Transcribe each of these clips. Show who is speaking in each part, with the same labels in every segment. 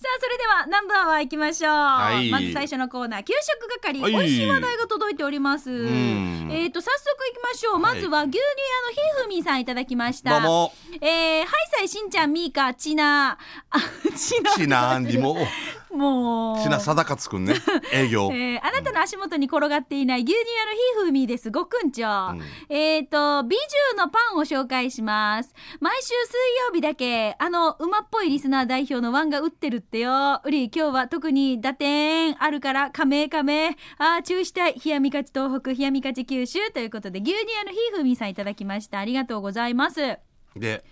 Speaker 1: さあそれではナンバーは行きましょう、
Speaker 2: はい
Speaker 1: まず最初のコーナー給食係、
Speaker 2: はい
Speaker 1: 美味しい話題が届いております
Speaker 2: ん
Speaker 1: えっ、と早速行きましょう
Speaker 2: は
Speaker 1: ま
Speaker 2: い
Speaker 1: ずは牛乳屋のひふみさんいただきました、
Speaker 2: どうも
Speaker 1: えー、ハイサイしんちゃんみーかちなあちな
Speaker 2: ちなんにも
Speaker 1: も う
Speaker 2: ちな定勝くんね営業
Speaker 1: えーあなたの足元に転がっていない牛乳屋のひーふーみーですごくんちょ、
Speaker 2: うん
Speaker 1: えっ、と美獣のパンを紹介します毎週水曜日だけあの馬っぽいリスナー代表のワンが打ってるってようり今日は特に打点あるから加盟加盟あー注意したい冷やみかち東北冷やみかち九州ということで牛乳屋のひーふーみーさんいただきましたありがとうございます
Speaker 2: で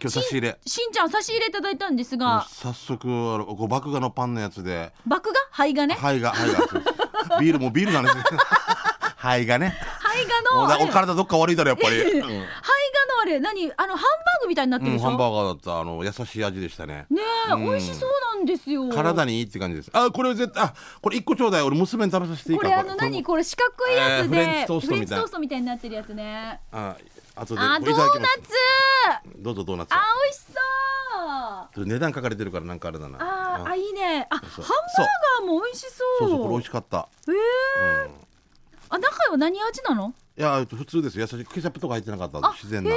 Speaker 2: 今日差し入れ
Speaker 1: しんちゃん差し入れいただいたんです
Speaker 2: もう
Speaker 1: が
Speaker 2: 早速あのこう麦芽のパンのやつで
Speaker 1: 麦芽肺がね
Speaker 2: 肺が 肺がビールもビールなんですね 肺がね
Speaker 1: 肺がの
Speaker 2: もう
Speaker 1: あ
Speaker 2: だ
Speaker 1: れ
Speaker 2: お
Speaker 1: 肺がの
Speaker 2: 体どっか悪いだろやっ ぱり、うん
Speaker 1: あれ何あのハンバーグみたいになってる
Speaker 2: う
Speaker 1: で
Speaker 2: ん
Speaker 1: し
Speaker 2: ハ
Speaker 1: ょ、
Speaker 2: ンバーガーだったあの優しい味でしたね
Speaker 1: ねえ、美味しそうなんですよ。
Speaker 2: 体にいいって感じですあこれ絶対あこれ一個ちょうだい俺娘に食べさせていい
Speaker 1: こ
Speaker 2: か
Speaker 1: れあの何
Speaker 2: こ
Speaker 1: これ四角いやつで、
Speaker 2: えーフレンチトースト
Speaker 1: フレン
Speaker 2: みたいな
Speaker 1: チトーストみたいになってるやつね。
Speaker 2: れあ後で
Speaker 1: あ
Speaker 2: こ
Speaker 1: ド
Speaker 2: れ
Speaker 1: ー
Speaker 2: い
Speaker 1: ナ
Speaker 2: ただ
Speaker 1: ツ
Speaker 2: きますどうぞドーナツ
Speaker 1: あ美味しそう。
Speaker 2: 値段書かれてるからなんかあれだな
Speaker 1: あーあいいね。あハン
Speaker 2: そう
Speaker 1: バーガーも美味しそ
Speaker 2: そう
Speaker 1: う。
Speaker 2: そうこれ美味しかった
Speaker 1: ええあ中は何味なの？
Speaker 2: いやえっと普通です優しいケチャップとか入ってなかった自然な、
Speaker 1: へ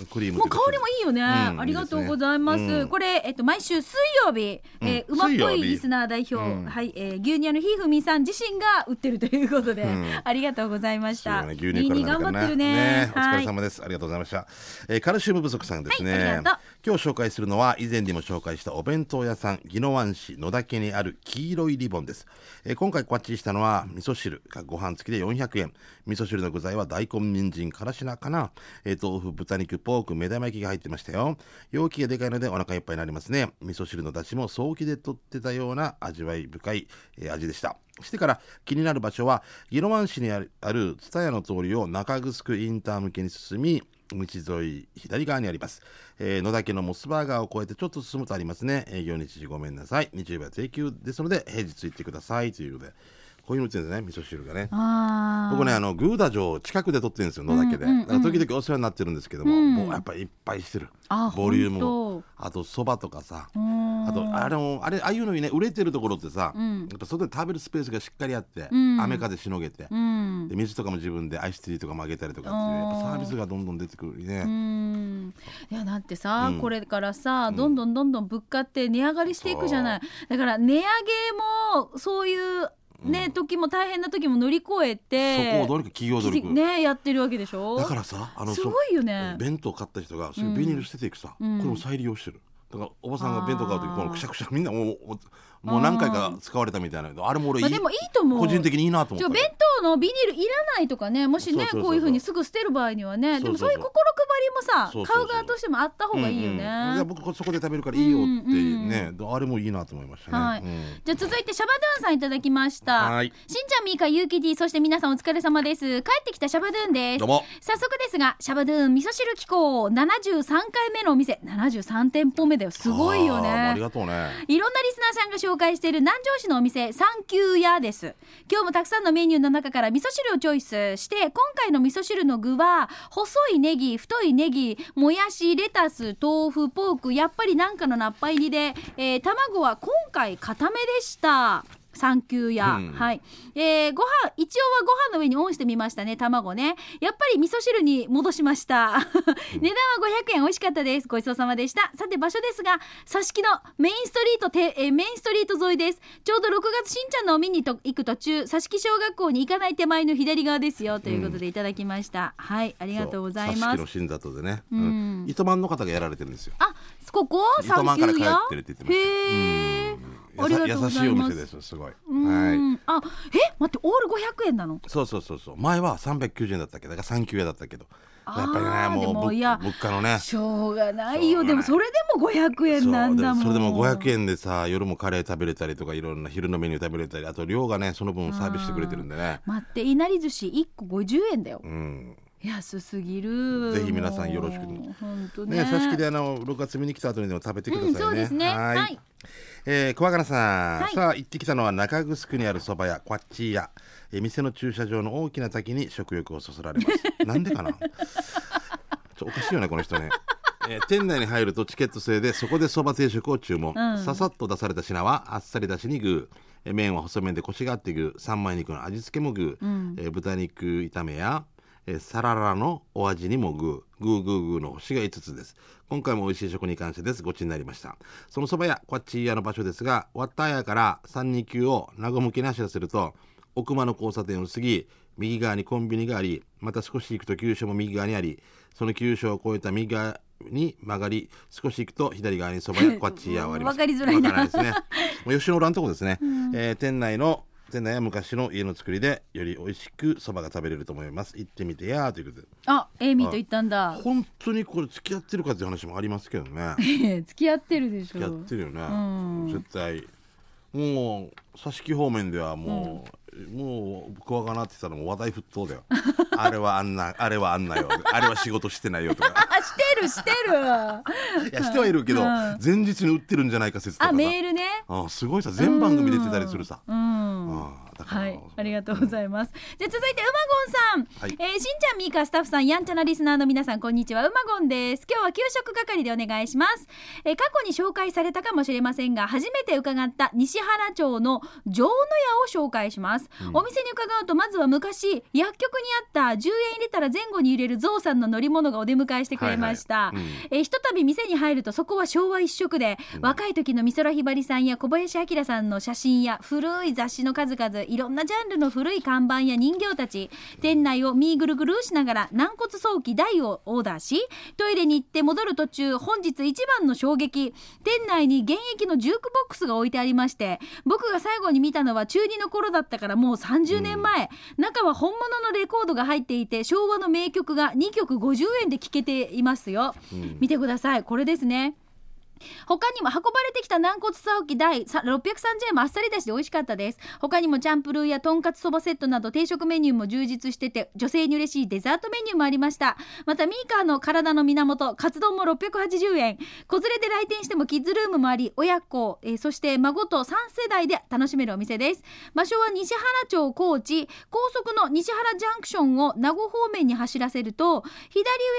Speaker 2: うん、クリーム
Speaker 1: もう香りも
Speaker 2: い
Speaker 1: いいよね。
Speaker 2: うん
Speaker 1: ありがとうございます。
Speaker 2: いいですねうん
Speaker 1: これえっと毎週水曜日、えー
Speaker 2: うん
Speaker 1: 馬っぽ
Speaker 2: 水曜
Speaker 1: い
Speaker 2: 日
Speaker 1: リスナー代表、
Speaker 2: うん
Speaker 1: はい、えー、牛乳屋のひふみさん自身が売ってるということで、
Speaker 2: ん
Speaker 1: ありがとうございまし
Speaker 2: そう
Speaker 1: た。
Speaker 2: だね、牛乳から
Speaker 1: ニーニー頑張っ
Speaker 2: 何か
Speaker 1: てる
Speaker 2: ね
Speaker 1: ね。
Speaker 2: ねお疲
Speaker 1: は
Speaker 2: れ
Speaker 1: い
Speaker 2: 様ですありがとうございました、えー、カルシウム不足さんですね、
Speaker 1: はいありがとう
Speaker 2: 今日紹介するのは以前にも紹介したお弁当屋さん宜野湾市野田家にある黄色いリボンです、えー、今回こっちしたのは味噌汁がご飯付きで400円味噌汁の具材は大根人参からしなかな、えー、豆腐豚肉ポーク目玉焼きが入ってましたよ容器がでかいのでお腹いっぱいになりますね味噌汁の出汁も早期で取ってたような味わい深い、えー味でしたしてから気になる場所は宜野湾市にあるある蔦屋の通りを中城インター向けに進み道沿い左側にあります、えー野田家のモスバーガーを越えてちょっと進むとありますね営業日時ごめんなさい日曜日は定休ですので平日行ってくださいということでこういうの売ってるんですね味噌汁がね
Speaker 1: あー
Speaker 2: 僕ねあのグーダ城近くで撮ってるんですよ野田家で、
Speaker 1: うんうんうん
Speaker 2: だから時々お世話になってるんですけども、もうやっぱりいっぱいしてる
Speaker 1: あ
Speaker 2: ボリューム
Speaker 1: ほん
Speaker 2: も
Speaker 1: と
Speaker 2: あとそばとかさ
Speaker 1: うん
Speaker 2: あとあれもあれああいうのにね売れてるところってさ、
Speaker 1: ん
Speaker 2: やっぱ外で食べるスペースがしっかりあって、
Speaker 1: ん
Speaker 2: 雨風しのげて、
Speaker 1: うん
Speaker 2: で水とかも自分でアイスティーとかもあげたりとかっていう
Speaker 1: お
Speaker 2: や
Speaker 1: ー
Speaker 2: っぱサービスがどんどん出てくるね、
Speaker 1: うんいやだってさ、
Speaker 2: うん
Speaker 1: これからさ、どんどんどんどん物価って値上がりしていくじゃないだから値上げもそういうね、時も大変な時も乗り越えて
Speaker 2: そこをどうにか企業努
Speaker 1: きち
Speaker 2: 力、
Speaker 1: ねやってるわけでしょ
Speaker 2: だからさあの
Speaker 1: す
Speaker 2: そ
Speaker 1: ごいよね
Speaker 2: 弁当買った人がそれビニール捨てていくさ、
Speaker 1: うん
Speaker 2: これも再利用してるだからおばさんが弁当買う時
Speaker 1: あー
Speaker 2: このくしゃくしゃみんなもうおもう何回か使われたみたいなあれも俺いい、
Speaker 1: まあ、でもいいと思う
Speaker 2: 個人的にいいなと思
Speaker 1: ち
Speaker 2: っ
Speaker 1: ょ
Speaker 2: た
Speaker 1: 弁当のビニールいらないとかねもしね
Speaker 2: そうそうそうそう
Speaker 1: こういうふうにすぐ捨てる場合にはねでもそ
Speaker 2: そ
Speaker 1: うう
Speaker 2: そう
Speaker 1: い
Speaker 2: そう
Speaker 1: う心配りもさ
Speaker 2: そうそうそう
Speaker 1: 買う側としてもあった方がいいよね、
Speaker 2: うんうんいや僕そこで食べるからいいよってね、あれもいいなと思いましたね、
Speaker 1: はい
Speaker 2: うん
Speaker 1: じゃあ続いてシャバドゥンさんいただきました。
Speaker 2: はい
Speaker 1: しんちゃんみーかゆうき D そして皆さんお疲れ様です。帰ってきたシャバドゥンです。
Speaker 2: どうも
Speaker 1: 早速ですがシャバドゥン味噌汁機構73回目のお店73店舗目だよすごいよ
Speaker 2: あーあ
Speaker 1: ね
Speaker 2: り。がとうね
Speaker 1: いろんなリスナーさんが紹介している南城市のお店サンキューヤです今日もたくさんのメニューの中から味噌汁をチョイスして今回の味噌汁の具は細いネギ太いネギもやしレタス豆腐ポークやっぱりなんかのナッパ入りで、えー卵は今回固めでしたサンキューヤ
Speaker 2: うん
Speaker 1: はい、えーご飯一応はご飯の上にオンしてみましたね卵ねやっぱり味噌汁に戻しました値段は500円美味しかったですごちそうさまでしたさて場所ですが挿し木のメインストリートて、えーメインストリート沿いですちょうど6月しんちゃんのを見にと行く途中挿木小学校に行かない手前の左側ですよということでいただきました、はいありがとうございま
Speaker 2: そう
Speaker 1: す
Speaker 2: 挿し木の新里でね、
Speaker 1: ん
Speaker 2: 糸満の方がやられてるんですよ
Speaker 1: あここ
Speaker 2: 糸
Speaker 1: サン
Speaker 2: 満
Speaker 1: キュ
Speaker 2: から
Speaker 1: ー
Speaker 2: 帰
Speaker 1: ヤ
Speaker 2: ってるって言ってました
Speaker 1: へえ
Speaker 2: うん
Speaker 1: ありがとうございます
Speaker 2: 優しいお店ですすご
Speaker 1: う
Speaker 2: い、はい
Speaker 1: んあえ待ってオール500円なの
Speaker 2: そうそうそうそう前は390円だったっけどだから3 9円だったけど
Speaker 1: あー
Speaker 2: やっぱりねもう
Speaker 1: でも
Speaker 2: ぶ
Speaker 1: いや
Speaker 2: 物価のね
Speaker 1: しょうがないよ
Speaker 2: しょうがない
Speaker 1: でもそれでも500円なんだもん
Speaker 2: そうでもそれでも500円でさ夜もカレー食べれたりとかいろんな昼のメニュー食べれたりあと量がねその分サービスしてくれてるんでね
Speaker 1: 待っていなり寿司1個50円だよ
Speaker 2: うん
Speaker 1: 安すぎる
Speaker 2: ぜひ皆さんよろしく
Speaker 1: 本当ね
Speaker 2: ね、挿し木であの6月見に来た後にでも食べてくださいね。
Speaker 1: うんそうですね
Speaker 2: はい。
Speaker 1: はい
Speaker 2: えー、桑原さん、
Speaker 1: はい
Speaker 2: さあ行ってきたのは中城にある蕎麦屋こっち屋、えー店の駐車場の大きな 滝に食欲をそそられます。なんでかな。ちょおかしいよねこの人ね。ええー店内に入るとチケット制でそこでそば定食を注文、
Speaker 1: うん
Speaker 2: ささっと出された品はあっさりだしにグーえー麺は細麺でコシがあってグー三枚肉の味付けもグー、
Speaker 1: うん
Speaker 2: えー豚肉炒めや、えーサララのお味にもグーグーグーグーの星が5つです今回も美味しい食に関してですごちになりましたそのそば屋こっち屋の場所ですがワッター屋から329を和む気なしらすると奥間の交差点を過ぎ右側にコンビニがありまた少し行くと急所も右側にありその急所を越えた右側に曲がり少し行くと左側に そば屋こっち屋はあります
Speaker 1: わかりづらいな
Speaker 2: わからですねもう吉野浦のとこですね、えー店内の店内は昔の家の作りでより美味しくそばが食べれると思います行ってみてやーということで
Speaker 1: あエイミーと言ったんだ
Speaker 2: 本当にこれ付き合ってるかっていう話もありますけどね
Speaker 1: 付き合ってるでし
Speaker 2: 付き合
Speaker 1: ょ
Speaker 2: ってるよね、
Speaker 1: ん
Speaker 2: 絶対もう挿し木方面ではもう、もう怖がなってたらもう話題沸騰だよ あれはあんなあれはあんなよあれは仕事してないよとか
Speaker 1: あしてるしてる
Speaker 2: いやしてはいるけど、
Speaker 1: うん
Speaker 2: 前日に売ってるんじゃないか説とか
Speaker 1: あ
Speaker 2: さ
Speaker 1: メールね
Speaker 2: あすごいさ全番組出てたりするさ、
Speaker 1: うんうん
Speaker 2: ああだから
Speaker 1: はい、ありがとうございます。じゃあ続いてうまごんさん、
Speaker 2: はい
Speaker 1: えーしんちゃん、みーか、スタッフさん、やんちゃなリスナーの皆さん、こんにちは。うまごんです。今日は給食係でお願いします。えー過去に紹介されたかもしれませんが、初めて伺った西原町の城の屋を紹介します。お店に伺うと、まずは昔薬局にあった10円入れたら前後に入れるゾウさんの乗り物がお出迎えしてくれました。
Speaker 2: はいはいうん
Speaker 1: えーひとたび店に入るとそこは昭和一色で、若い時の美空ひばりさんや小林明さんの写真や古い雑誌の数々いろんなジャンルの古い看板や人形たち店内をミーぐるぐるしながら軟骨早期台をオーダーしトイレに行って戻る途中本日一番の衝撃店内に現役のジュークボックスが置いてありまして僕が最後に見たのは中二の頃だったからもう30年前、中は本物のレコードが入っていて昭和の名曲が2曲50円で聴けていますよ、見てくださいこれですね他にも運ばれてきた軟骨さおき第さ630円もあっさりだしで美味しかったです他にもチャンプルーやとんかつそばセットなど定食メニューも充実してて女性に嬉しいデザートメニューもありましたまたミーカーの体の源カツ丼も680円子連れで来店してもキッズルームもあり親子、えーそして孫と3世代で楽しめるお店です場所は西原町高知高速の西原ジャンクションを名護方面に走らせると左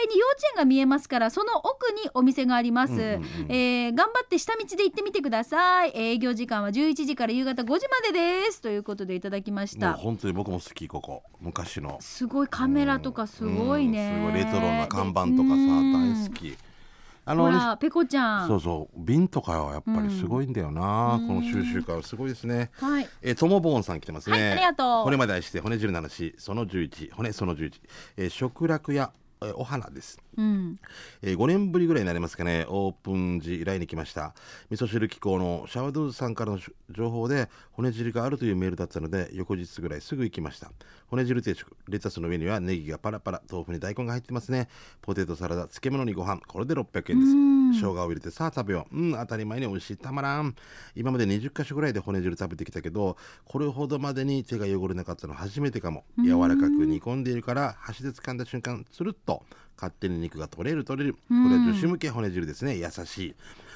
Speaker 1: 上に幼稚園が見えますからその奥にお店があります、
Speaker 2: うんうんうん
Speaker 1: えー頑張って下道で行ってみてください営業時間は11時から夕方5時までですということでいただきまし
Speaker 2: も
Speaker 1: た
Speaker 2: う本当に僕も好きここ昔の
Speaker 1: すごいカメラとかすごいね、
Speaker 2: うんすごいレトロな看板とかさ
Speaker 1: うん
Speaker 2: 大好きあ
Speaker 1: ほ
Speaker 2: の
Speaker 1: らペコちゃん
Speaker 2: そうそう瓶とかはやっぱりすごいんだよな、
Speaker 1: うん
Speaker 2: この収集感すごいですね
Speaker 1: はい
Speaker 2: えー、ともぼんさん来てますね、
Speaker 1: はいありがとう
Speaker 2: 骨まで愛して骨汁の話その11骨その11、えー、食楽やえーお花です
Speaker 1: うん
Speaker 2: えー5年ぶりぐらいになりますかねオープン時以来に来ました味噌汁機構のシャワドゥさんからの情報で骨汁があるというメールだったので翌日ぐらいすぐ行きました骨汁定食レタスの上にはネギがパラパラ豆腐に大根が入ってますねポテトサラダ漬物にご飯これで600円です
Speaker 1: うん
Speaker 2: 生姜を入れてさあ食べよううん当たり前に美味しいたまらん今まで20箇所ぐらいで骨汁食べてきたけどこれほどまでに手が汚れなかったの初めてかも柔らかく煮込んでいるから箸で掴んだ瞬間つるっと勝手に肉が取れる取れるこれは女子向け骨汁ですね優しい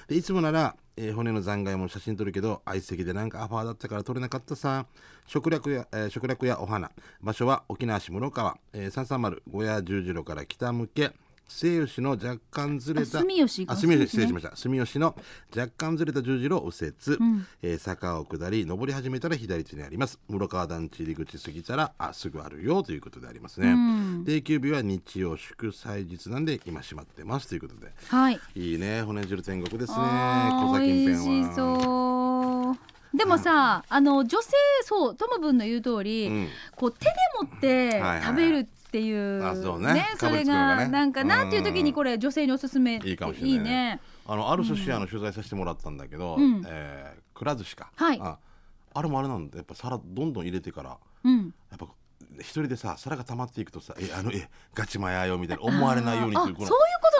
Speaker 2: でいつもなら、えー骨の残骸も写真撮るけど相席でなんかアファーだったから撮れなかったさ食略や、えー食略やお花場所は沖縄市室川、えー、330小屋十字路から北向け西吉の若干ずれた
Speaker 1: あ住吉か
Speaker 2: あ住吉
Speaker 1: そうですね
Speaker 2: 失礼しました住吉の若干ずれた十字路を右折、
Speaker 1: ん
Speaker 2: えー坂を下り上り始めたら左手にあります室川団地入り口過ぎたらあすぐあるよということでありますね、
Speaker 1: うん
Speaker 2: 定休日は日曜祝祭日なんで今閉まってますということで
Speaker 1: はい
Speaker 2: いいね骨汁天国ですね
Speaker 1: あ
Speaker 2: 小
Speaker 1: ー
Speaker 2: 崎
Speaker 1: 美
Speaker 2: んぺ
Speaker 1: 味し
Speaker 2: んは
Speaker 1: そうでもさ、あの女性そうトムブンの言う通り、
Speaker 2: うん
Speaker 1: こう手で持って
Speaker 2: はいはい
Speaker 1: 食べるっていう、
Speaker 2: あそうね
Speaker 1: それ
Speaker 2: かぶりつくのがね
Speaker 1: がなんかなんていう時
Speaker 2: うん
Speaker 1: にこれ女性におすすめ
Speaker 2: いいかもしれないね
Speaker 1: いいね
Speaker 2: あのある寿司屋の取材させてもらったんだけど、
Speaker 1: うん
Speaker 2: えーくら寿司か、
Speaker 1: はい
Speaker 2: ああれもあれなんだやっぱ皿どんどん入れてから
Speaker 1: うん
Speaker 2: やっぱ一人でさ皿が溜まっていくとさ「えあのえガチマヤよ」みたいな思われないように
Speaker 1: あ
Speaker 2: っ
Speaker 1: そう
Speaker 2: て
Speaker 1: い
Speaker 2: いううこ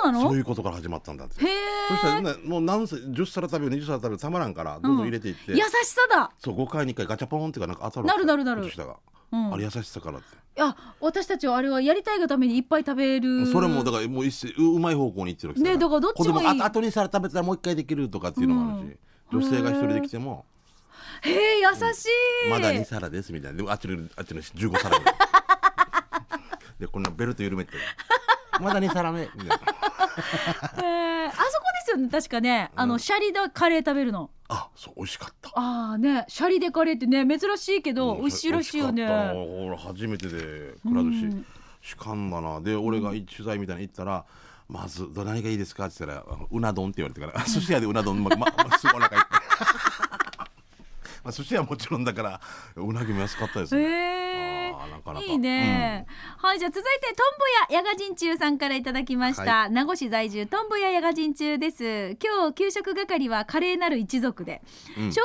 Speaker 1: ことな
Speaker 2: の
Speaker 1: の
Speaker 2: そういうことから始まったんだって
Speaker 1: へ
Speaker 2: そしたら
Speaker 1: え
Speaker 2: なもう何歳10皿食べよう20皿食べようたまらんからどんどん入れていって、
Speaker 1: 優しさだ、
Speaker 2: そう5回に1回ガチャポンっていうかなんか当た
Speaker 1: なるなるなる
Speaker 2: 年下が、
Speaker 1: うん、
Speaker 2: あれ
Speaker 1: い
Speaker 2: 優しさからって
Speaker 1: や私たちはあれはやりたいがためにいっぱい食べる
Speaker 2: それもだからもう一世ううまい方向にいってるわけ
Speaker 1: ねだからどっちもいい
Speaker 2: 子供がああとに皿食べたらもう一回できるとかっていうのもあるし、
Speaker 1: うん
Speaker 2: 女性が一人で来ても
Speaker 1: へえ優しい、
Speaker 2: まだ2皿ですみたいなでもあっちのあっちの15皿 目でこんなベルト緩めてまだ2皿目みたいな
Speaker 1: えーあそこですよね確かねあの、
Speaker 2: うん
Speaker 1: シャリでカレー食べるの
Speaker 2: あそう美味しかった
Speaker 1: ああねシャリでカレーってね珍しいけど、
Speaker 2: うん
Speaker 1: 美味しいらしいよね
Speaker 2: 美味しかったなほら初めてでくら寿司、
Speaker 1: うん
Speaker 2: しかんだなで俺が取材みたいに行ったら「まずど何がいいですか?」って言ったらあの「うな丼」って言われてから「 寿司屋でうな丼ままますごいお腹いっ ぱい」まあ寿司屋はもちろんだからうなぎも安かったですね、
Speaker 1: へー
Speaker 2: あーなかなか
Speaker 1: いいね、はいじゃあ続いてとんぼややがじんちゅうさんからいただきました、
Speaker 2: は
Speaker 1: 名護市在住とんぼややがじんちゅうです今日給食係は華麗なる一族で、
Speaker 2: うん
Speaker 1: 紹介す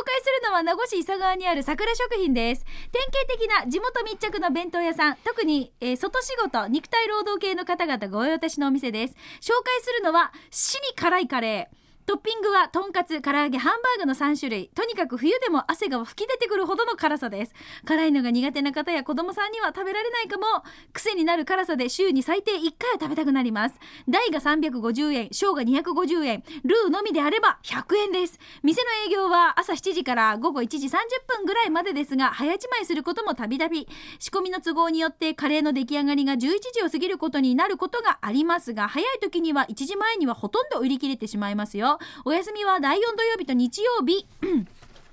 Speaker 1: るのは名護市伊佐川にある桜食品です典型的な地元密着の弁当屋さん特に、えー外仕事肉体労働系の方々ご用達のお店です紹介するのは死に辛いカレートッピングはとんかつ唐揚げハンバーグの3種類とにかく冬でも汗が吹き出てくるほどの辛さです辛いのが苦手な方や子供さんには食べられないかも癖になる辛さで週に最低1回は食べたくなります大が350円小が250円ルーのみであれば100円です店の営業は朝7時から午後1時30分ぐらいまでですが早一枚することもたびたび仕込みの都合によってカレーの出来上がりが11時を過ぎることになることがありますが早い時には1時前にはほとんど売り切れてしまいますよお休みは第4土曜日と日曜日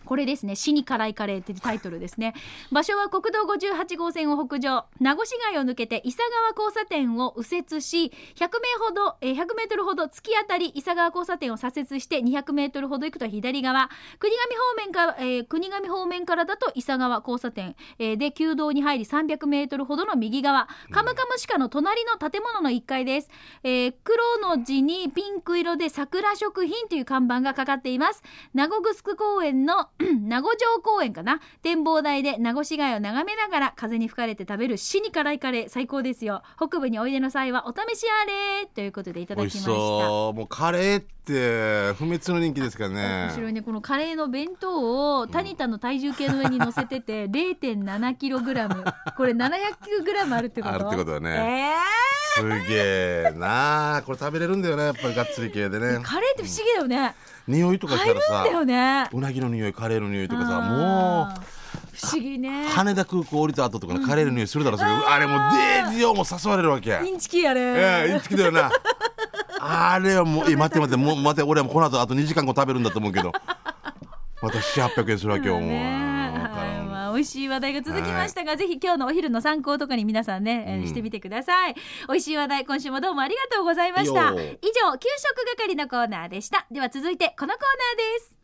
Speaker 1: これですね「死に辛いカレー」っていうタイトルですね 場所は国道58号線を北上名護市街を抜けて伊佐川交差点を右折し100名ほどえー100メートルほど突き当たり伊佐川交差点を左折して200メートルほど行くと左側国頭方面から、えー国頭方面からだと伊佐川交差点、えーで旧道に入り300メートルほどの右側カムカムシカの隣の建物の1階です、えー黒の字にピンク色で桜食品という看板がかかっています名護グスク公園の 名護城公園かな展望台で名護市街を眺めながら風に吹かれて食べる死に辛いカレー最高ですよ北部においでの際はお試しあれということでいただ
Speaker 2: 美
Speaker 1: きま
Speaker 2: 味し
Speaker 1: した
Speaker 2: そうもうカレーって不滅の人気ですからね
Speaker 1: 面白いねこのカレーの弁当をタニタの体重計の上に乗せてて0 7キログラムこれ7 0 0グラムあるってこと
Speaker 2: あるってことだね
Speaker 1: え
Speaker 2: すげえなあこれ食べれるんだよねやっぱりがっつり系で
Speaker 1: ー
Speaker 2: ね
Speaker 1: カレーって不思議だよね
Speaker 2: 匂いとかした
Speaker 1: 入る
Speaker 2: ら
Speaker 1: んだ
Speaker 2: さ
Speaker 1: よね
Speaker 2: うなぎの匂いカレーの匂いとかさも
Speaker 1: あー不思議ね
Speaker 2: う羽田空港降りた後とかのカレーの匂いするだろうけど、あれもうデージよもう誘われるわけ
Speaker 1: インチキやれ
Speaker 2: ええインチキだよなあれはもうえ待って待ってもう待って俺はもうこの後あと2時間後食べるんだと思うけどまた7800円するわけよもう、
Speaker 1: ね
Speaker 2: わか
Speaker 1: はい
Speaker 2: らん
Speaker 1: まあ、美味しい話題が続きましたが、ぜひ今日のお昼の参考とかに皆さんね、えー
Speaker 2: うん
Speaker 1: してみてください美味しい話題今週もどうもありがとうございました以
Speaker 2: いい
Speaker 1: 上
Speaker 2: よ
Speaker 1: 給食係のコーナーでしたでは続いてこのコーナーです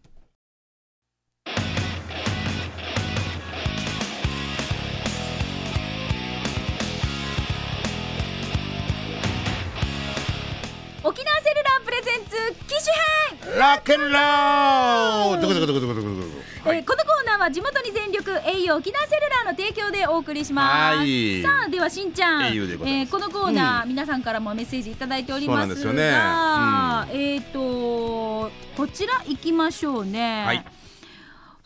Speaker 1: 沖縄セルラープレゼンツ機種編
Speaker 2: ラックンロールどこどこどこどこどこどこ
Speaker 1: えーこのコーナーは地元に全力栄養沖縄セルラーの提供でお送りします、
Speaker 2: はい
Speaker 1: さあではしんちゃん、
Speaker 2: 栄養でございます
Speaker 1: ーこのコーナー、皆さんからもメッセージいただいておりますが
Speaker 2: そうなん
Speaker 1: えっ、とこちら行きましょうね、
Speaker 2: はい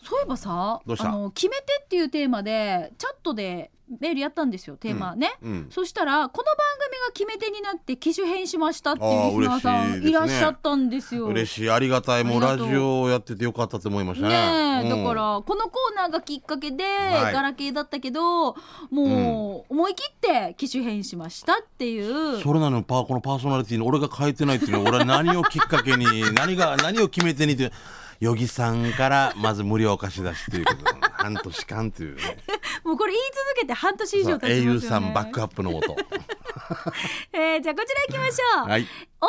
Speaker 1: そういえばさ
Speaker 2: どうした
Speaker 1: あの決めてっていうテーマでチャットでメールやったんですよテーマね、
Speaker 2: うん
Speaker 1: そしたらこの番組が決め手になって機種変しましたっていうリスナーさ
Speaker 2: あー嬉しい
Speaker 1: ん
Speaker 2: ですね
Speaker 1: いらっしゃったんですよ。
Speaker 2: 嬉しいありがたいもう
Speaker 1: ありが
Speaker 2: ラ
Speaker 1: と
Speaker 2: ジ
Speaker 1: う
Speaker 2: オをやっててよかったと思いました
Speaker 1: ね
Speaker 2: ね
Speaker 1: え、
Speaker 2: うん
Speaker 1: だからこのコーナーがきっかけで、
Speaker 2: はい
Speaker 1: ガラケーだったけどもう思い切って機種変しましたっていう、
Speaker 2: それなのにパーこのパーソナリティの俺が変えてないっていうのは俺は何をきっかけ に何が何を決めてにって与儀さんからまず無料貸し出しっていうこと半年間っていうね
Speaker 1: もうこれ言い続けて半年以上経ちますよ、ね、
Speaker 2: 英雄さんバックアップのもと
Speaker 1: えーじゃあこちら行きましょう、
Speaker 2: はい
Speaker 1: 大阪の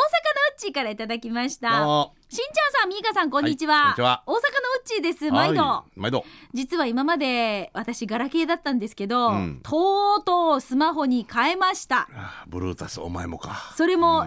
Speaker 1: うっちーからいただきまし
Speaker 2: どう
Speaker 1: た
Speaker 2: も
Speaker 1: しんちゃんさんみーかさんこんにちは,、
Speaker 2: はいこんにちは
Speaker 1: 大阪のうっちーです毎度、
Speaker 2: はい毎度
Speaker 1: 実は今まで私ガラケーだったんですけど、
Speaker 2: うん
Speaker 1: とうとうスマホに変えました
Speaker 2: あブルータスお前もか
Speaker 1: それも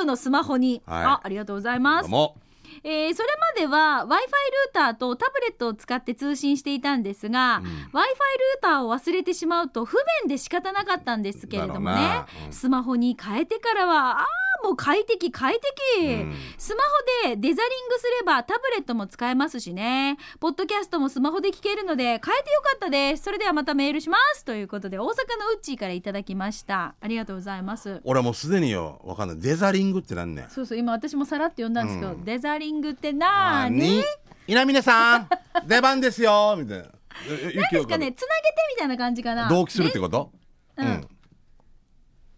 Speaker 1: au のスマホに、
Speaker 2: はい
Speaker 1: あありがとうございます
Speaker 2: どうも
Speaker 1: えーそれまでは w i f i ルーターとタブレットを使って通信していたんですが、
Speaker 2: ん
Speaker 1: w i f i ルーターを忘れてしまうと不便で仕方なかったんですけれども
Speaker 2: だろう
Speaker 1: ね
Speaker 2: な、うん
Speaker 1: スマホに変えてからはあーもう快適快適、
Speaker 2: うん
Speaker 1: スマホでデザリングすればタブレットも使えますしねポッドキャストもスマホで聞けるので変えてよかったですそれではまたメールしますということで大阪のうっちーからいただきましたありがとうございます
Speaker 2: 俺はもうすでによわかんないデザリングってなんねん
Speaker 1: そうそう今私もさらって呼んだんですけど、
Speaker 2: うん
Speaker 1: デザリングってなーに
Speaker 2: 稲峰さん出番ですよみたいなええ
Speaker 1: なん
Speaker 2: 雪
Speaker 1: です
Speaker 2: を
Speaker 1: か
Speaker 2: か
Speaker 1: ね、
Speaker 2: け
Speaker 1: つなげてみたいな感じかな。
Speaker 2: 同期するってこと
Speaker 1: ねうん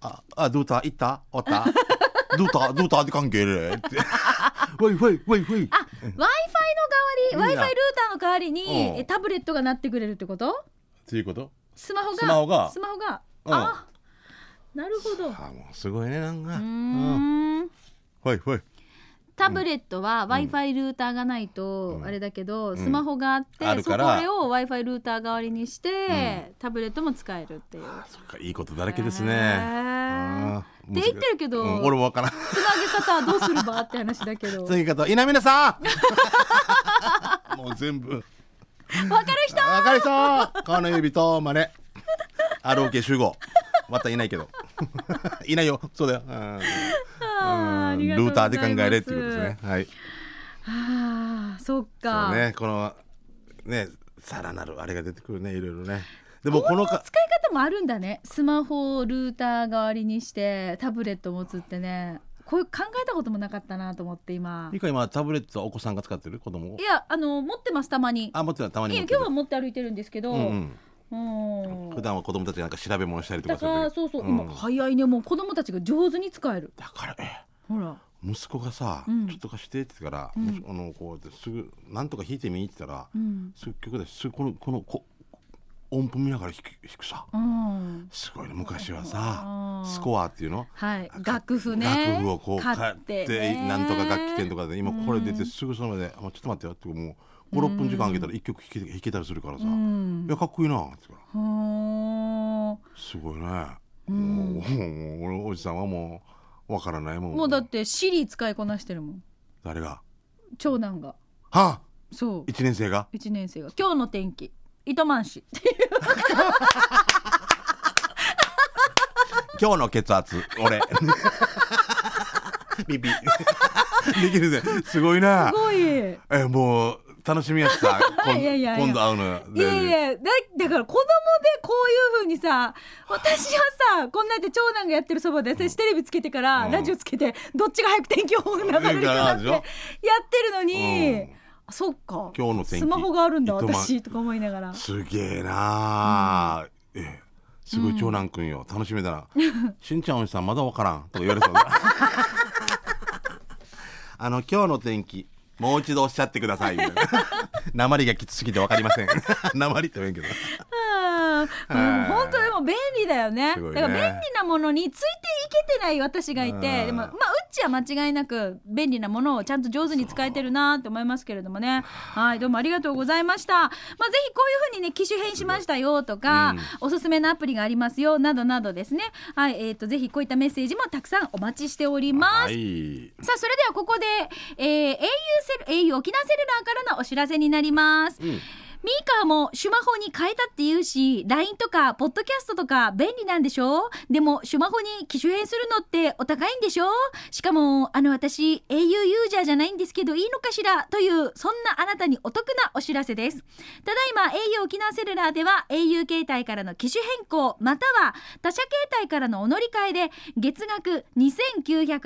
Speaker 2: ああどうた行った終わった どうたどうたって関係ねえって。わいわいわいわい。
Speaker 1: あ Wi-Fi の代わ
Speaker 2: い
Speaker 1: り
Speaker 2: い
Speaker 1: Wi-Fi ルー
Speaker 2: な
Speaker 1: ターの代わりに
Speaker 2: うん
Speaker 1: えタブレットがなってくれるってこと
Speaker 2: ということ
Speaker 1: スマホが
Speaker 2: スマホが
Speaker 1: スマホが
Speaker 2: うん
Speaker 1: あなるほどう
Speaker 2: あもうすごいねなんか。
Speaker 1: ー
Speaker 2: うん
Speaker 1: ん
Speaker 2: はいはい。
Speaker 1: タブレットは w i f i ルーターがないとあれだけど、
Speaker 2: ん
Speaker 1: スマホがあって、
Speaker 2: ある
Speaker 1: そ
Speaker 2: か
Speaker 1: こ
Speaker 2: ら
Speaker 1: れを w i f i ルーター代わりにして、タブレットも使えるっていう。
Speaker 2: そっかいいことだらけです
Speaker 1: へ
Speaker 2: ね。
Speaker 1: ー
Speaker 2: あー
Speaker 1: って言ってるけど、
Speaker 2: うん俺もわからん。
Speaker 1: つなげ方はどうすればって話だけ ど分かる
Speaker 2: 次方稲峰さ ん。もう全部。
Speaker 1: 人
Speaker 2: わかりそう。この指と真似。ROK 集合。またいないけど。 いないよ。そうだよ。うん
Speaker 1: ありがとう
Speaker 2: ル
Speaker 1: ご
Speaker 2: ー
Speaker 1: ざ
Speaker 2: タ
Speaker 1: いま
Speaker 2: ーです考えれっていうことですね。はい。
Speaker 1: あーそっ
Speaker 2: そ
Speaker 1: か
Speaker 2: うね、このねさらなるあれが出てくるねいろいろねでもこのか
Speaker 1: 使い方もあるんだねスマホをルーター代わりにしてタブレットを持つってねこういう考えたこともなかったなと思って今
Speaker 2: いいか今タブレットはお子さんが使ってる子供を
Speaker 1: いやあの持ってますたまに
Speaker 2: あ持ってたたま
Speaker 1: い
Speaker 2: に
Speaker 1: や
Speaker 2: 持っ
Speaker 1: 今
Speaker 2: て
Speaker 1: 日
Speaker 2: る
Speaker 1: は持って歩いてるんですけど、
Speaker 2: うん
Speaker 1: うん
Speaker 2: うん、普段は子供たちがなんか調べ物したりとか
Speaker 1: だ
Speaker 2: す
Speaker 1: か
Speaker 2: るけど
Speaker 1: らそうそう、
Speaker 2: うん
Speaker 1: 今早いねもう子供たちが上手に使える
Speaker 2: だからえ
Speaker 1: ほら
Speaker 2: 息子がさ、
Speaker 1: うん
Speaker 2: ちょっと貸してって言ったから、
Speaker 1: うん
Speaker 2: あのこうやってすぐなんとか弾いてみって言ったら、
Speaker 1: うん、
Speaker 2: すぐ曲ですぐこのこのこ音符見ながら弾く弾くさ
Speaker 1: うん、
Speaker 2: すごいね昔はさ
Speaker 1: あー
Speaker 2: スコアっていうの
Speaker 1: はい楽譜ね
Speaker 2: 楽譜をこう買って
Speaker 1: ね
Speaker 2: なんとか楽器店とかで今これ出て
Speaker 1: うん
Speaker 2: すぐその場で「あちょっと待ってよ」ってもう56分時間あげたら1曲弾け弾けたりするからさ「い
Speaker 1: ん
Speaker 2: やかっこいいな」って言うから
Speaker 1: ほー
Speaker 2: すごいね、
Speaker 1: うん
Speaker 2: もうもう俺おじさんはもうわからないもん
Speaker 1: もうだってシリ使いこなしてるもん
Speaker 2: 誰が
Speaker 1: 長男が
Speaker 2: はあ
Speaker 1: そう
Speaker 2: 1年生が
Speaker 1: 一年生が今日の天気糸満市
Speaker 2: 今日の血圧 俺ビビできるねすごいな
Speaker 1: す ごいい
Speaker 2: えもう楽しみやした今
Speaker 1: いやいやいや
Speaker 2: 今度会うのよ
Speaker 1: やいやだだから子供でこういうふうにさ私はさこんなやって長男がやってるそばで私テレビつけてから、
Speaker 2: うん
Speaker 1: ラジオつけてどっちが早く天気予報が流れるかなって
Speaker 2: うん
Speaker 1: やってるのに、
Speaker 2: うん
Speaker 1: そっか
Speaker 2: 今日の天気
Speaker 1: スマホがあるんだ
Speaker 2: 糸満
Speaker 1: 私とか思いながら
Speaker 2: すげえなあ、ええすごい長男くんよ、楽しみだな しんちゃんおじさんまだわからんとか言われそうだ あの今日の天気もう一度おっしゃってく ださいみたいな鉛がきつすぎてわかりません 鉛って言えんけど
Speaker 1: うん、うん本当でも便利だよね
Speaker 2: すごい
Speaker 1: だか
Speaker 2: ね
Speaker 1: ら便利なものについていけてない私がいて
Speaker 2: う
Speaker 1: で
Speaker 2: ん
Speaker 1: もまあうっちは間違いなく便利なものをちゃんと上手に使えてるなって思いますけれどもねはいどうもありがとうございました、まあ、ぜひこういうふうにね機種変しましたよとか、おすすめのアプリがありますよなどなどですねはいえー、とぜひこういったメッセージもたくさんお待ちしております
Speaker 2: い
Speaker 1: さあそれではここで、えー au, セル au 沖縄セルラーからのお知らせになります。ミーカーもスマホに変えたって言うし LINE とかポッドキャストとか便利なんでしょでもスマホに機種変するのってお高いんでしょしかもあの私 au ユージャーじゃないんですけどいいのかしらというそんなあなたにお得なお知らせですただいま au 沖縄セルラーでは au 携帯からの機種変更または他社携帯からのお乗り換えで月額2980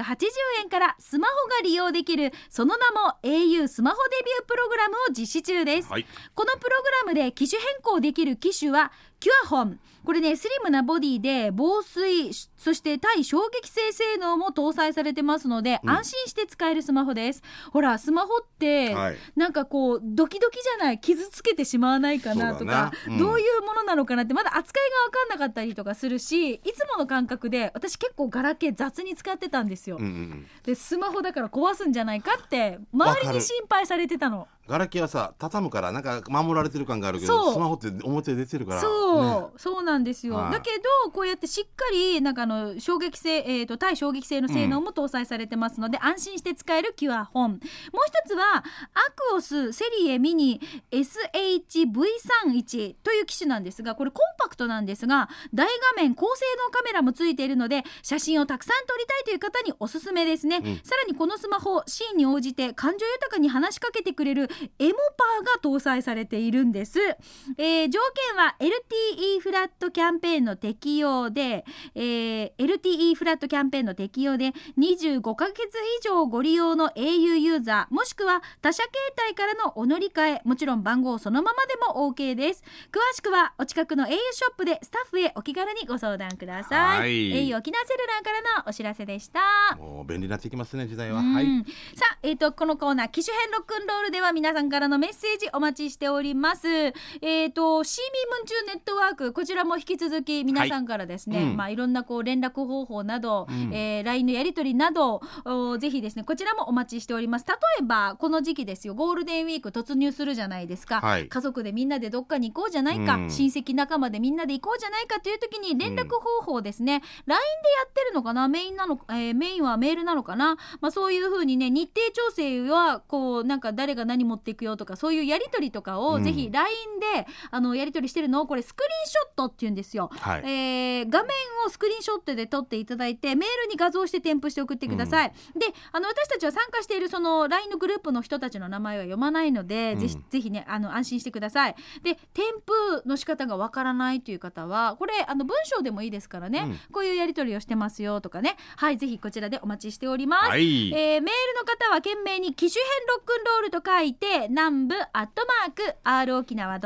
Speaker 1: 円からスマホが利用できるその名も au スマホデビュープログラムを実施中です、
Speaker 2: はい
Speaker 1: このプログラムで機種変更できる機種はキュアホンこれねスリムなボディで防水そして対衝撃性性能も搭載されてますので、
Speaker 2: うん
Speaker 1: 安心して使えるスマホですほらスマホって、
Speaker 2: はい
Speaker 1: なんかこうドキドキじゃない傷つけてしまわないかなと
Speaker 2: そう
Speaker 1: か
Speaker 2: だなうん
Speaker 1: どういうものなのかなってまだ扱いが分かんなかったりとかするしいつもの感覚で私結構ガラケー雑に使ってたんですよ、
Speaker 2: うんうんうん
Speaker 1: でスマホだから壊すんじゃないかって周り
Speaker 2: わか
Speaker 1: に
Speaker 2: る
Speaker 1: 心配されてたの
Speaker 2: ガラケーはさ畳むからなんか守られてる感があるけ
Speaker 1: そう
Speaker 2: どスマホって表出てるから
Speaker 1: そう、
Speaker 2: ね
Speaker 1: そうなんですよ、
Speaker 2: はい
Speaker 1: だけどこうやってしっかりなんかあの衝撃性、えー、と対衝撃性の性能も搭載されてますので、安心して使えるキュアホンもう一つはアクオスセリエミニ SHV31 という機種なんですがこれコンパクトなんですが大画面高性能カメラもついているので写真をたくさん撮りたいという方におすすめですね、
Speaker 2: ん
Speaker 1: さらにこのスマホシーンに応じて感情豊かに話しかけてくれるエモパーが搭載されているんです、えー条件は LTE フラットキャンペーンの適用で、えー LTE フラットキャンペーンの適用で25ヶ月以上ご利用の au ユーザーもしくは他社携帯からのお乗り換えもちろん番号そのままでも OK です詳しくはお近くの au ショップでスタッフへお気軽にご相談ください、
Speaker 2: はい
Speaker 1: au 沖縄セルラーからのお知らせでした
Speaker 2: もう便利になってきますね時代は、
Speaker 1: うん
Speaker 2: はい
Speaker 1: さあ、えー、とこのコーナー機種編ロックンロールでは皆さんからのメッセージお待ちしておりますえっ、とシーミームンチューネットワークこちらも引き続き皆さんからですね、
Speaker 2: はいいうん
Speaker 1: まあ、いろんなこう連絡方法など、
Speaker 2: うん
Speaker 1: えー LINE のやり取りなどおぜひですねこちらもお待ちしております例えばこの時期ですよゴールデンウィーク突入するじゃないですか、
Speaker 2: はい
Speaker 1: 家族でみんなでどっかに行こうじゃないか、
Speaker 2: うん
Speaker 1: 親戚仲間でみんなで行こうじゃないかという時に連絡方法ですね、LINE やってるのかなメインなの、えーメインはメールなのかな、まあ、そういうふうにね日程調整はこうなんか誰が何持っていくよとかそういうやり取りとかを
Speaker 2: うん
Speaker 1: ぜひ LINE で、あのやり取りしてるのをこれスクリーンショットっていうんですよ。
Speaker 2: はい、
Speaker 1: えー画面をスクリーンショットで撮っていただいてメールに画像して添付して送ってください、であの私たちは参加しているその LINE のグループの人たちの名前は読まないので、
Speaker 2: うん
Speaker 1: ぜひぜひねあの安心してくださいで添付の仕方がわからないという方はこれあの文章でもいいですからね、
Speaker 2: うん
Speaker 1: こういうやり取りをしてますよとかねはいぜひこちらでお待ちしております、
Speaker 2: はい、
Speaker 1: えーメールの方は懸命に機種編ロックンロールと書いて南部アットマーク r 沖縄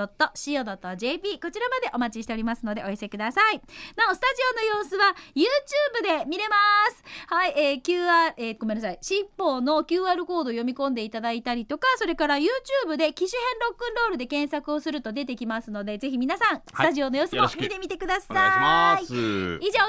Speaker 1: .co.jp こちらまでお待ちしておりますのでお寄せくださいなおスタジオの様子は YouTube で見れますはい、えー QR、えーごめんなさい新報の QR コードを読み込んでいただいたりとかそれから YouTube で機種編ロックンロールで検索をすると出てきますのでぜひ皆さんスタジオの様子
Speaker 2: よ
Speaker 1: も
Speaker 2: ろしく
Speaker 1: 見てみてください、
Speaker 2: お願いします
Speaker 1: 以上沖縄セルラ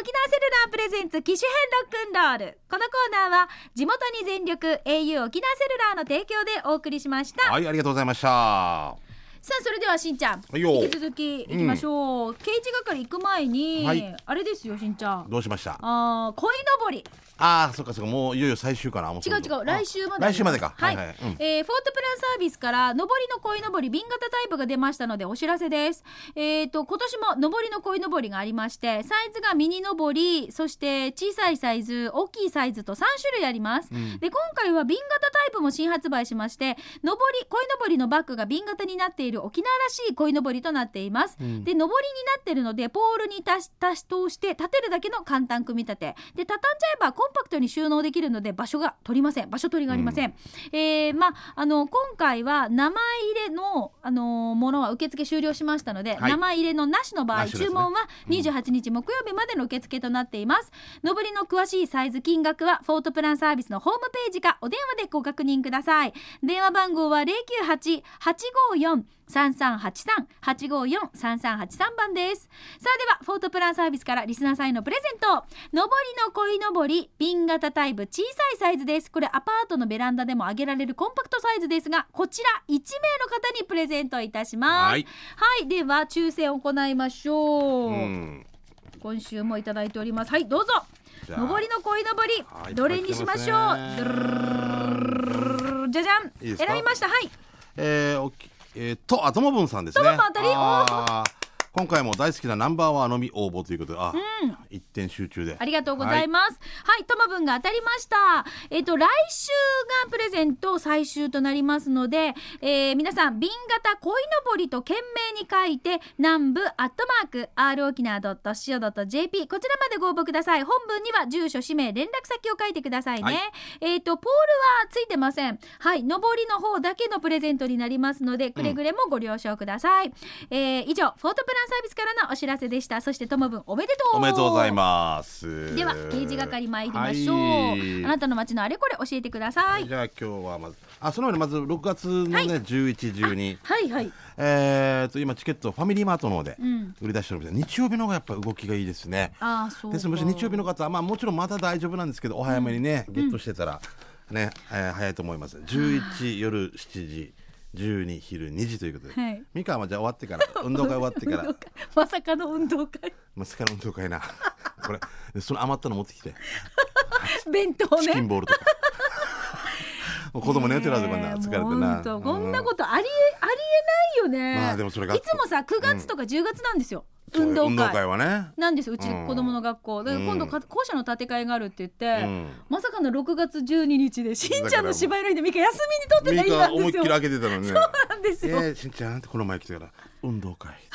Speaker 1: ープレゼンツ機種編ロックンロールこのコーナーは地元に全力 au 沖縄セルラーの提供でお送りしました
Speaker 2: はいありがとうございましたは
Speaker 1: さあそれではしんちゃん
Speaker 2: い
Speaker 1: 引
Speaker 2: よ
Speaker 1: き続きいきましょう、刑事係行く前に、
Speaker 2: はい
Speaker 1: あれですよしんちゃん
Speaker 2: どうしました
Speaker 1: あー鯉のぼり
Speaker 2: ああそっかそっかもういよいよ最終かなも
Speaker 1: 違う違う来週まで
Speaker 2: 来週までか
Speaker 1: はい、
Speaker 2: はいはいうん
Speaker 1: えーフォートプランサービスから上りの鯉のぼり瓶型タイプが出ましたのでお知らせですえーと今年も上りの鯉のぼりがありましてサイズがミニのぼりそして小さいサイズ大きいサイズと3種類あります、
Speaker 2: うん
Speaker 1: で今回は瓶型タイプも新発売しまして上り鯉のぼりのバッグが瓶型になっている沖縄らしい鯉のぼりとなっています、
Speaker 2: うん
Speaker 1: で上りになってるのでポールに足し足し通して立てるだけの簡単組み立てで畳んじゃえばコンパクトに収納できるので場所が取りません場所取りがありません、えーまああの今回は名前入れの、あのーものは受付終了しましたので、
Speaker 2: はい
Speaker 1: 名前入れのなしの場合、
Speaker 2: なしですね
Speaker 1: 注文は28日木曜日までの受付となっています上りの詳しいサイズ金額はフォートプランサービスのホームページかお電話でご確認ください電話番号は098-854 3383 854 3383番ですさあではフォートプランサービスからリスナーさんへのプレゼント上りの鯉のぼり瓶型タイプ小さいサイズですこれアパートのベランダでも上げられるコンパクトサイズですがこちら1名の方にプレゼントいたしますは
Speaker 2: はいい、
Speaker 1: では抽選を行いましょう、
Speaker 2: うん
Speaker 1: 今週もいただいておりますはいどうぞ
Speaker 2: じゃあ
Speaker 1: 上りの鯉のぼり、
Speaker 2: はい
Speaker 1: どれにしましょ
Speaker 2: いっぱい来てますね
Speaker 1: うじゃじゃん
Speaker 2: いいです
Speaker 1: 選
Speaker 2: か
Speaker 1: びましたはい
Speaker 2: えー、おきえー、と、あともぶんさんですね。
Speaker 1: ともぶんあたり
Speaker 2: あー今回も大好きなナンバーワンのみ応募ということで、あ、一点集中で。
Speaker 1: ありがとうございます。はい、ともぶんが当たりました。えっ、と、来週がプレゼント最終となりますので、えー皆さん、瓶型鯉のぼりと懸命に書いて、南部アットマーク、r 沖縄 .co.jp、こちらまでご応募ください。本文には住所、氏名、連絡先を書いてくださいね。
Speaker 2: はい
Speaker 1: えっ、と、ポールはついてません。はい、上りの方だけのプレゼントになりますので、くれぐれもご了承ください。えー以上、フォートプランサービスからのお知らせでした。そして、ともぶん、おめでとう
Speaker 2: おめでとうございます。
Speaker 1: では刑事係参りましょう、
Speaker 2: はい
Speaker 1: あなたの街のあれこれ教えてください
Speaker 2: じゃあ今日はまず、あ、その前にまず6月のね、11、12。
Speaker 1: はいはい
Speaker 2: えーと、今チケットファミリーマートの方で
Speaker 1: うん
Speaker 2: 売り出してるみたいで、日曜日の方がやっぱ動きがいいですね。
Speaker 1: ああそう
Speaker 2: ですのでもし日曜日の方は、まあ、もちろんまだ大丈夫なんですけどお早めにね、ゲットしてたら、ねえー早いと思います11夜7時12昼2時ということで、
Speaker 1: はい
Speaker 2: みかんはじゃあ終わってから 運動会終わってから
Speaker 1: 運動会 まさかの運動会
Speaker 2: まさかの運動会な これその余ったの持ってきて
Speaker 1: 弁当
Speaker 2: チキン
Speaker 1: ね
Speaker 2: ボー ルとかもう子供寝てるわけだからな疲れて
Speaker 1: もうほん
Speaker 2: な
Speaker 1: とこんな
Speaker 2: う
Speaker 1: ことありえありえないよね、
Speaker 2: まあでもそれが
Speaker 1: いつもさ9月とか10月なんですよ、
Speaker 2: そう
Speaker 1: 運動会
Speaker 2: 運動会 はね
Speaker 1: なんですようち
Speaker 2: うん
Speaker 1: 子供の学校で
Speaker 2: うん
Speaker 1: 今度か校舎の建て替えがあるって言って、
Speaker 2: うん
Speaker 1: まさかの6月12日でしんちゃんの芝居の日でみか休み
Speaker 2: み
Speaker 1: に取ってた日
Speaker 2: か
Speaker 1: なんん
Speaker 2: 思
Speaker 1: です
Speaker 2: いっき
Speaker 1: よ
Speaker 2: り開けてたのにね
Speaker 1: なんです
Speaker 2: え
Speaker 1: よ、
Speaker 2: ー、しんちゃんってこの前来てから運動会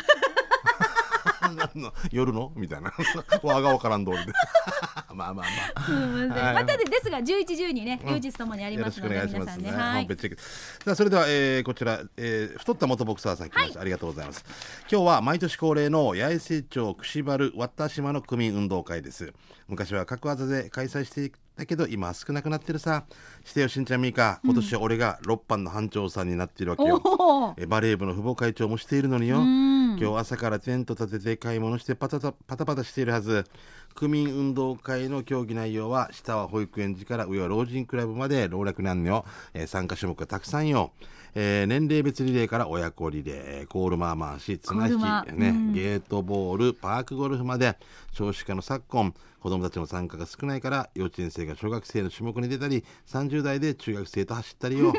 Speaker 2: 何の夜のみたいな わがわからん通りで まあまあまあ
Speaker 1: すいません
Speaker 2: はい
Speaker 1: またでですが11、12にね、両日ともにあり
Speaker 2: よ
Speaker 1: ま
Speaker 2: ろ
Speaker 1: す
Speaker 2: し
Speaker 1: の
Speaker 2: くお
Speaker 1: で、
Speaker 2: 願いし
Speaker 1: 皆さ
Speaker 2: ます
Speaker 1: ん
Speaker 2: ね。
Speaker 1: ね。はい
Speaker 2: 本。別チェックさあそれでは、えーこちら、えー太った元ボクサーさん来ました、ありがとうございます。今日は毎年恒例の八重瀬町串原渡島の区民運動会です。昔は各技で開催していたけど今は少なくなってるさ。してよしんちゃんみーか今年は俺が六班の班長さんになってるわけ
Speaker 1: お
Speaker 2: よ。
Speaker 1: おー。
Speaker 2: えーバレー部の父母会長もしているのによ。
Speaker 1: うん。
Speaker 2: 今日朝からテント立てて買い物してパタタパタパタしているはず区民運動会の競技内容は下は保育園児から上は老人クラブまで老若男女、えー参加種目がたくさんよ、えー年齢別リレーから親子リレーえーコールマーマーし綱引
Speaker 1: コールマ
Speaker 2: き、ねゲートボールパークゴルフまで少子化の昨今子どもたちの参加が少ないから幼稚園生が小学生の種目に出たり30代で中学生と走った りよ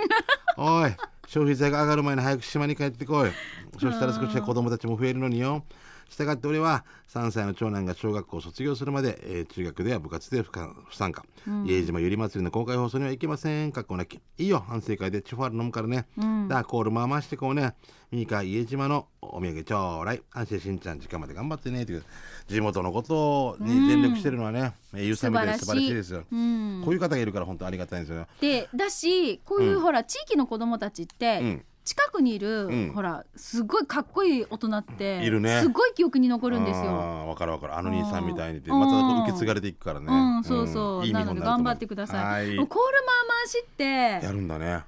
Speaker 2: おい消費税が上がる前に早く島に帰ってこいそしたら少しは子供たちも増えるのによしたがって俺は3歳の長男が小学校を卒業するまで、えー中学では部活で不可不参加、家島ゆり祭りの公開放送には行けませんかっこなきいいよ反省会でチュファール飲むからね、だからコール回してこうねミーカ家島のお土産ちょうだい安心しんちゃん時間まで頑張ってねっていう地元のことに全力してるのはね、えーゆうさんみたいに素晴らしいですよ
Speaker 1: うん。
Speaker 2: こういう方がいるから本当ありがたいんですよね
Speaker 1: でだしこういう、ほら地域の子供たちって、
Speaker 2: うん
Speaker 1: 近くにいる、
Speaker 2: うん
Speaker 1: ほらすごいかっこいい大人って
Speaker 2: いるね
Speaker 1: すごい記憶に残るんです
Speaker 2: あ
Speaker 1: よ。
Speaker 2: ーわかるわかる。あの
Speaker 1: うん
Speaker 2: 兄さんみたいにって、またこう受け継がれていくからね。
Speaker 1: うん、そうそう、
Speaker 2: んいい見
Speaker 1: な
Speaker 2: 本
Speaker 1: ので
Speaker 2: にると思
Speaker 1: 頑
Speaker 2: う
Speaker 1: 張ってください。
Speaker 2: は
Speaker 1: もうコールマーマーしっ
Speaker 2: い。や
Speaker 1: て
Speaker 2: るんだね。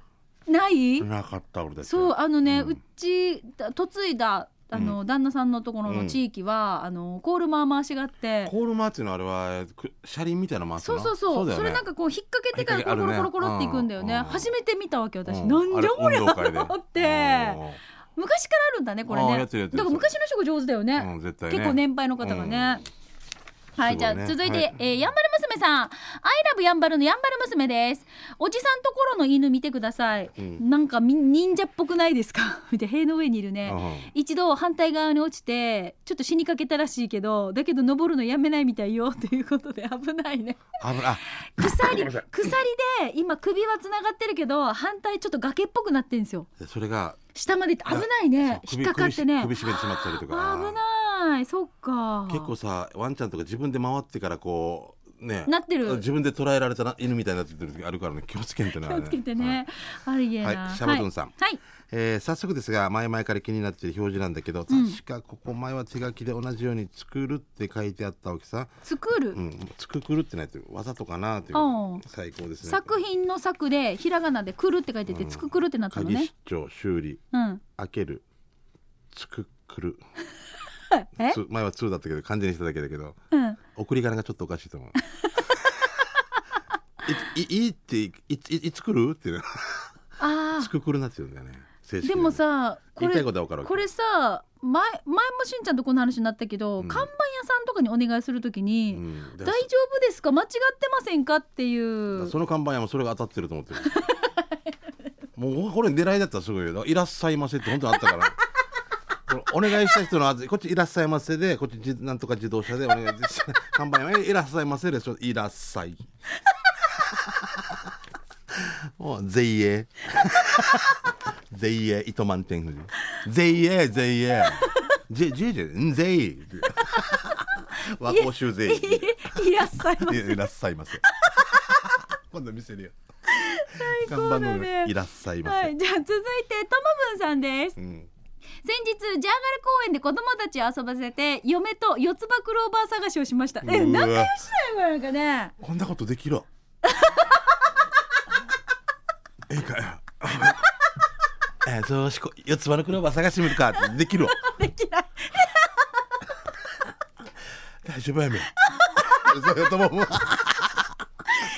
Speaker 1: ない？
Speaker 2: なかった俺たち。
Speaker 1: そう。あのね、
Speaker 2: う
Speaker 1: うんちだ嫁いだあの、旦那さんのところの地域は、あのコールマーマーしがあって、
Speaker 2: コールマーっていうのはあれはく車輪みたいなマー
Speaker 1: そうそうそうそ,、
Speaker 2: だよね
Speaker 1: れなんかこう引っ掛けてからコロコロコロコロっていくんだよね
Speaker 2: あるねうん
Speaker 1: 初めて見たわけ私、
Speaker 2: うん
Speaker 1: なんじゃこりゃ
Speaker 2: あれ運動
Speaker 1: と思って
Speaker 2: 会で
Speaker 1: 昔からあるんだねこれ
Speaker 2: あー
Speaker 1: ね
Speaker 2: やってるやってる
Speaker 1: だから昔の人が上手だよね、
Speaker 2: うんうん絶対ね。
Speaker 1: 結構年配の方がね、はい、
Speaker 2: すごいね
Speaker 1: じゃあ続いて、
Speaker 2: はい
Speaker 1: えーやんばる娘さん「アイラブやんばるのやんばる娘」ですおじさんところの犬見てください、
Speaker 2: うん
Speaker 1: なんかみ忍者っぽくないですか みたいな塀の上にいる
Speaker 2: う
Speaker 1: ね、
Speaker 2: ん。
Speaker 1: 一度反対側に落ちてちょっと死にかけたらしいけどだけど登るのやめないみたいよ ということで危ないね
Speaker 2: 危ないあ
Speaker 1: 鎖鎖で今首はつながってるけど反対ちょっと崖っぽくなってるんですよ
Speaker 2: でそれが
Speaker 1: 下まで行って危ないね
Speaker 2: そう
Speaker 1: 引っかかってね
Speaker 2: 首し首絞めてしまったりとか。
Speaker 1: 危ないそっか
Speaker 2: 結構さワンちゃんとか自分で回ってからこうね。
Speaker 1: なってる
Speaker 2: 自分で捉えられたな犬みたいになってる時あるからね気をつけんとね。
Speaker 1: 気
Speaker 2: あれ
Speaker 1: を
Speaker 2: ね
Speaker 1: つけてね、ありえな、
Speaker 2: はいい、シャバドゥンさん、
Speaker 1: はい
Speaker 2: えー早速ですが前々から気になっている表示なんだけど
Speaker 1: うん
Speaker 2: 確かここ前は手書きで同じように「作る」って書いてあったわけさ
Speaker 1: 「作る」
Speaker 2: 「うん、作る」ってないってわざとかなってい
Speaker 1: あ
Speaker 2: う
Speaker 1: あ
Speaker 2: 最高ですね
Speaker 1: 作品の作でひらがなで「くる」って書いてて「つくくる」ってなったの
Speaker 2: 鍵
Speaker 1: ね
Speaker 2: 出、張修理
Speaker 1: うん、
Speaker 2: 開ける作る
Speaker 1: え、
Speaker 2: つ前は「通」だったけど漢字にしただけだけど
Speaker 1: うん、
Speaker 2: 送り仮名がちょっとおかしいと 思ういいいいっていいいいつ来るっていう
Speaker 1: あ
Speaker 2: 作るになってるんだよね正
Speaker 1: ー
Speaker 2: 式
Speaker 1: で
Speaker 2: に
Speaker 1: もさこ
Speaker 2: 言いたい
Speaker 1: れ
Speaker 2: ことは分かるわけ
Speaker 1: これさ前前もしんちゃんとこの話になったけど、
Speaker 2: うん
Speaker 1: 看板屋さんとかにお願いするときに、
Speaker 2: うん
Speaker 1: 大
Speaker 2: で
Speaker 1: 丈夫ですか間違ってませんかってい
Speaker 2: だから
Speaker 1: う
Speaker 2: その看板屋もそれが当たってると思ってる もうこれ狙いだったらすごいよだからいらっしゃいませって本当にあったからこれお願いした人のあずこっちいらっしゃいませでこっちじなんとか自動車でお願いし 看板屋はいらっしゃいませでしょいらっしゃい もう全英 全英糸満天富士全英全英 J J J ん全英 和光州全英
Speaker 1: いらっしゃいま
Speaker 2: い
Speaker 1: せ
Speaker 2: やいらっしゃいませ。 今度見せるよ。
Speaker 1: 最高だね
Speaker 2: 看板の上いらっしゃいませ。
Speaker 1: はい、じゃあ続いてともぶんさんです
Speaker 2: うん。
Speaker 1: 先日ジャーガル公園で子供たちを遊ばせて嫁と四つ葉クローバー探しをしましたえ
Speaker 2: うわ
Speaker 1: 仲良しだよなんかね
Speaker 2: こんなことできる。いいかよ。えー、そうしこ四つ葉のクローバー探してみるかできるわ。
Speaker 1: できない
Speaker 2: 大丈夫やめ。そうやと思う。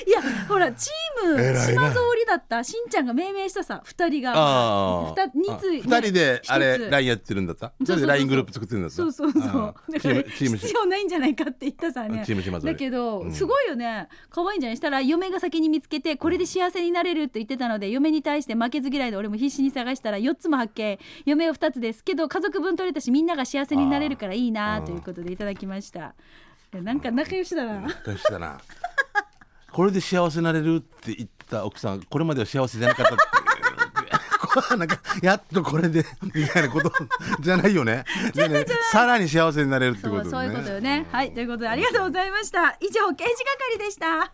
Speaker 1: いやほらチーム
Speaker 2: 偉いな
Speaker 1: 島ぞうりだったしんちゃんが命名したさ二人
Speaker 2: あ
Speaker 1: が
Speaker 2: あ。
Speaker 1: 二二つ
Speaker 2: 二人であ
Speaker 1: 一
Speaker 2: れ
Speaker 1: つ
Speaker 2: ラインやってるんだった。
Speaker 1: そうそうそう
Speaker 2: 二人でライングループ作ってるんだった。
Speaker 1: そうそうそう
Speaker 2: あー
Speaker 1: だか
Speaker 2: チー
Speaker 1: ら
Speaker 2: ムチーム
Speaker 1: 必要ないんじゃないかって言ったさね
Speaker 2: チーム島ぞうり
Speaker 1: だけど、
Speaker 2: うん
Speaker 1: すごいよね可愛いんじゃないしたら嫁が先に見つけてこれで幸せになれると言ってたので嫁に対して負けず嫌いで俺も必死に探したら4つも発見嫁は2つですけど家族分取れたしみんなが幸せになれるからいいな
Speaker 2: あー
Speaker 1: ということでいただきましたいやなんか仲良しだな、
Speaker 2: 返したな これで幸せになれるって言った奥さんこれまでは幸せじゃなかったってなんかやっとこれでみたいなことじゃないよねでねさらに幸せになれるって
Speaker 1: そ
Speaker 2: こと
Speaker 1: う
Speaker 2: で
Speaker 1: そういうこと
Speaker 2: ね
Speaker 1: よね。はい、ということでありがとうございました。以上、刑事係でした。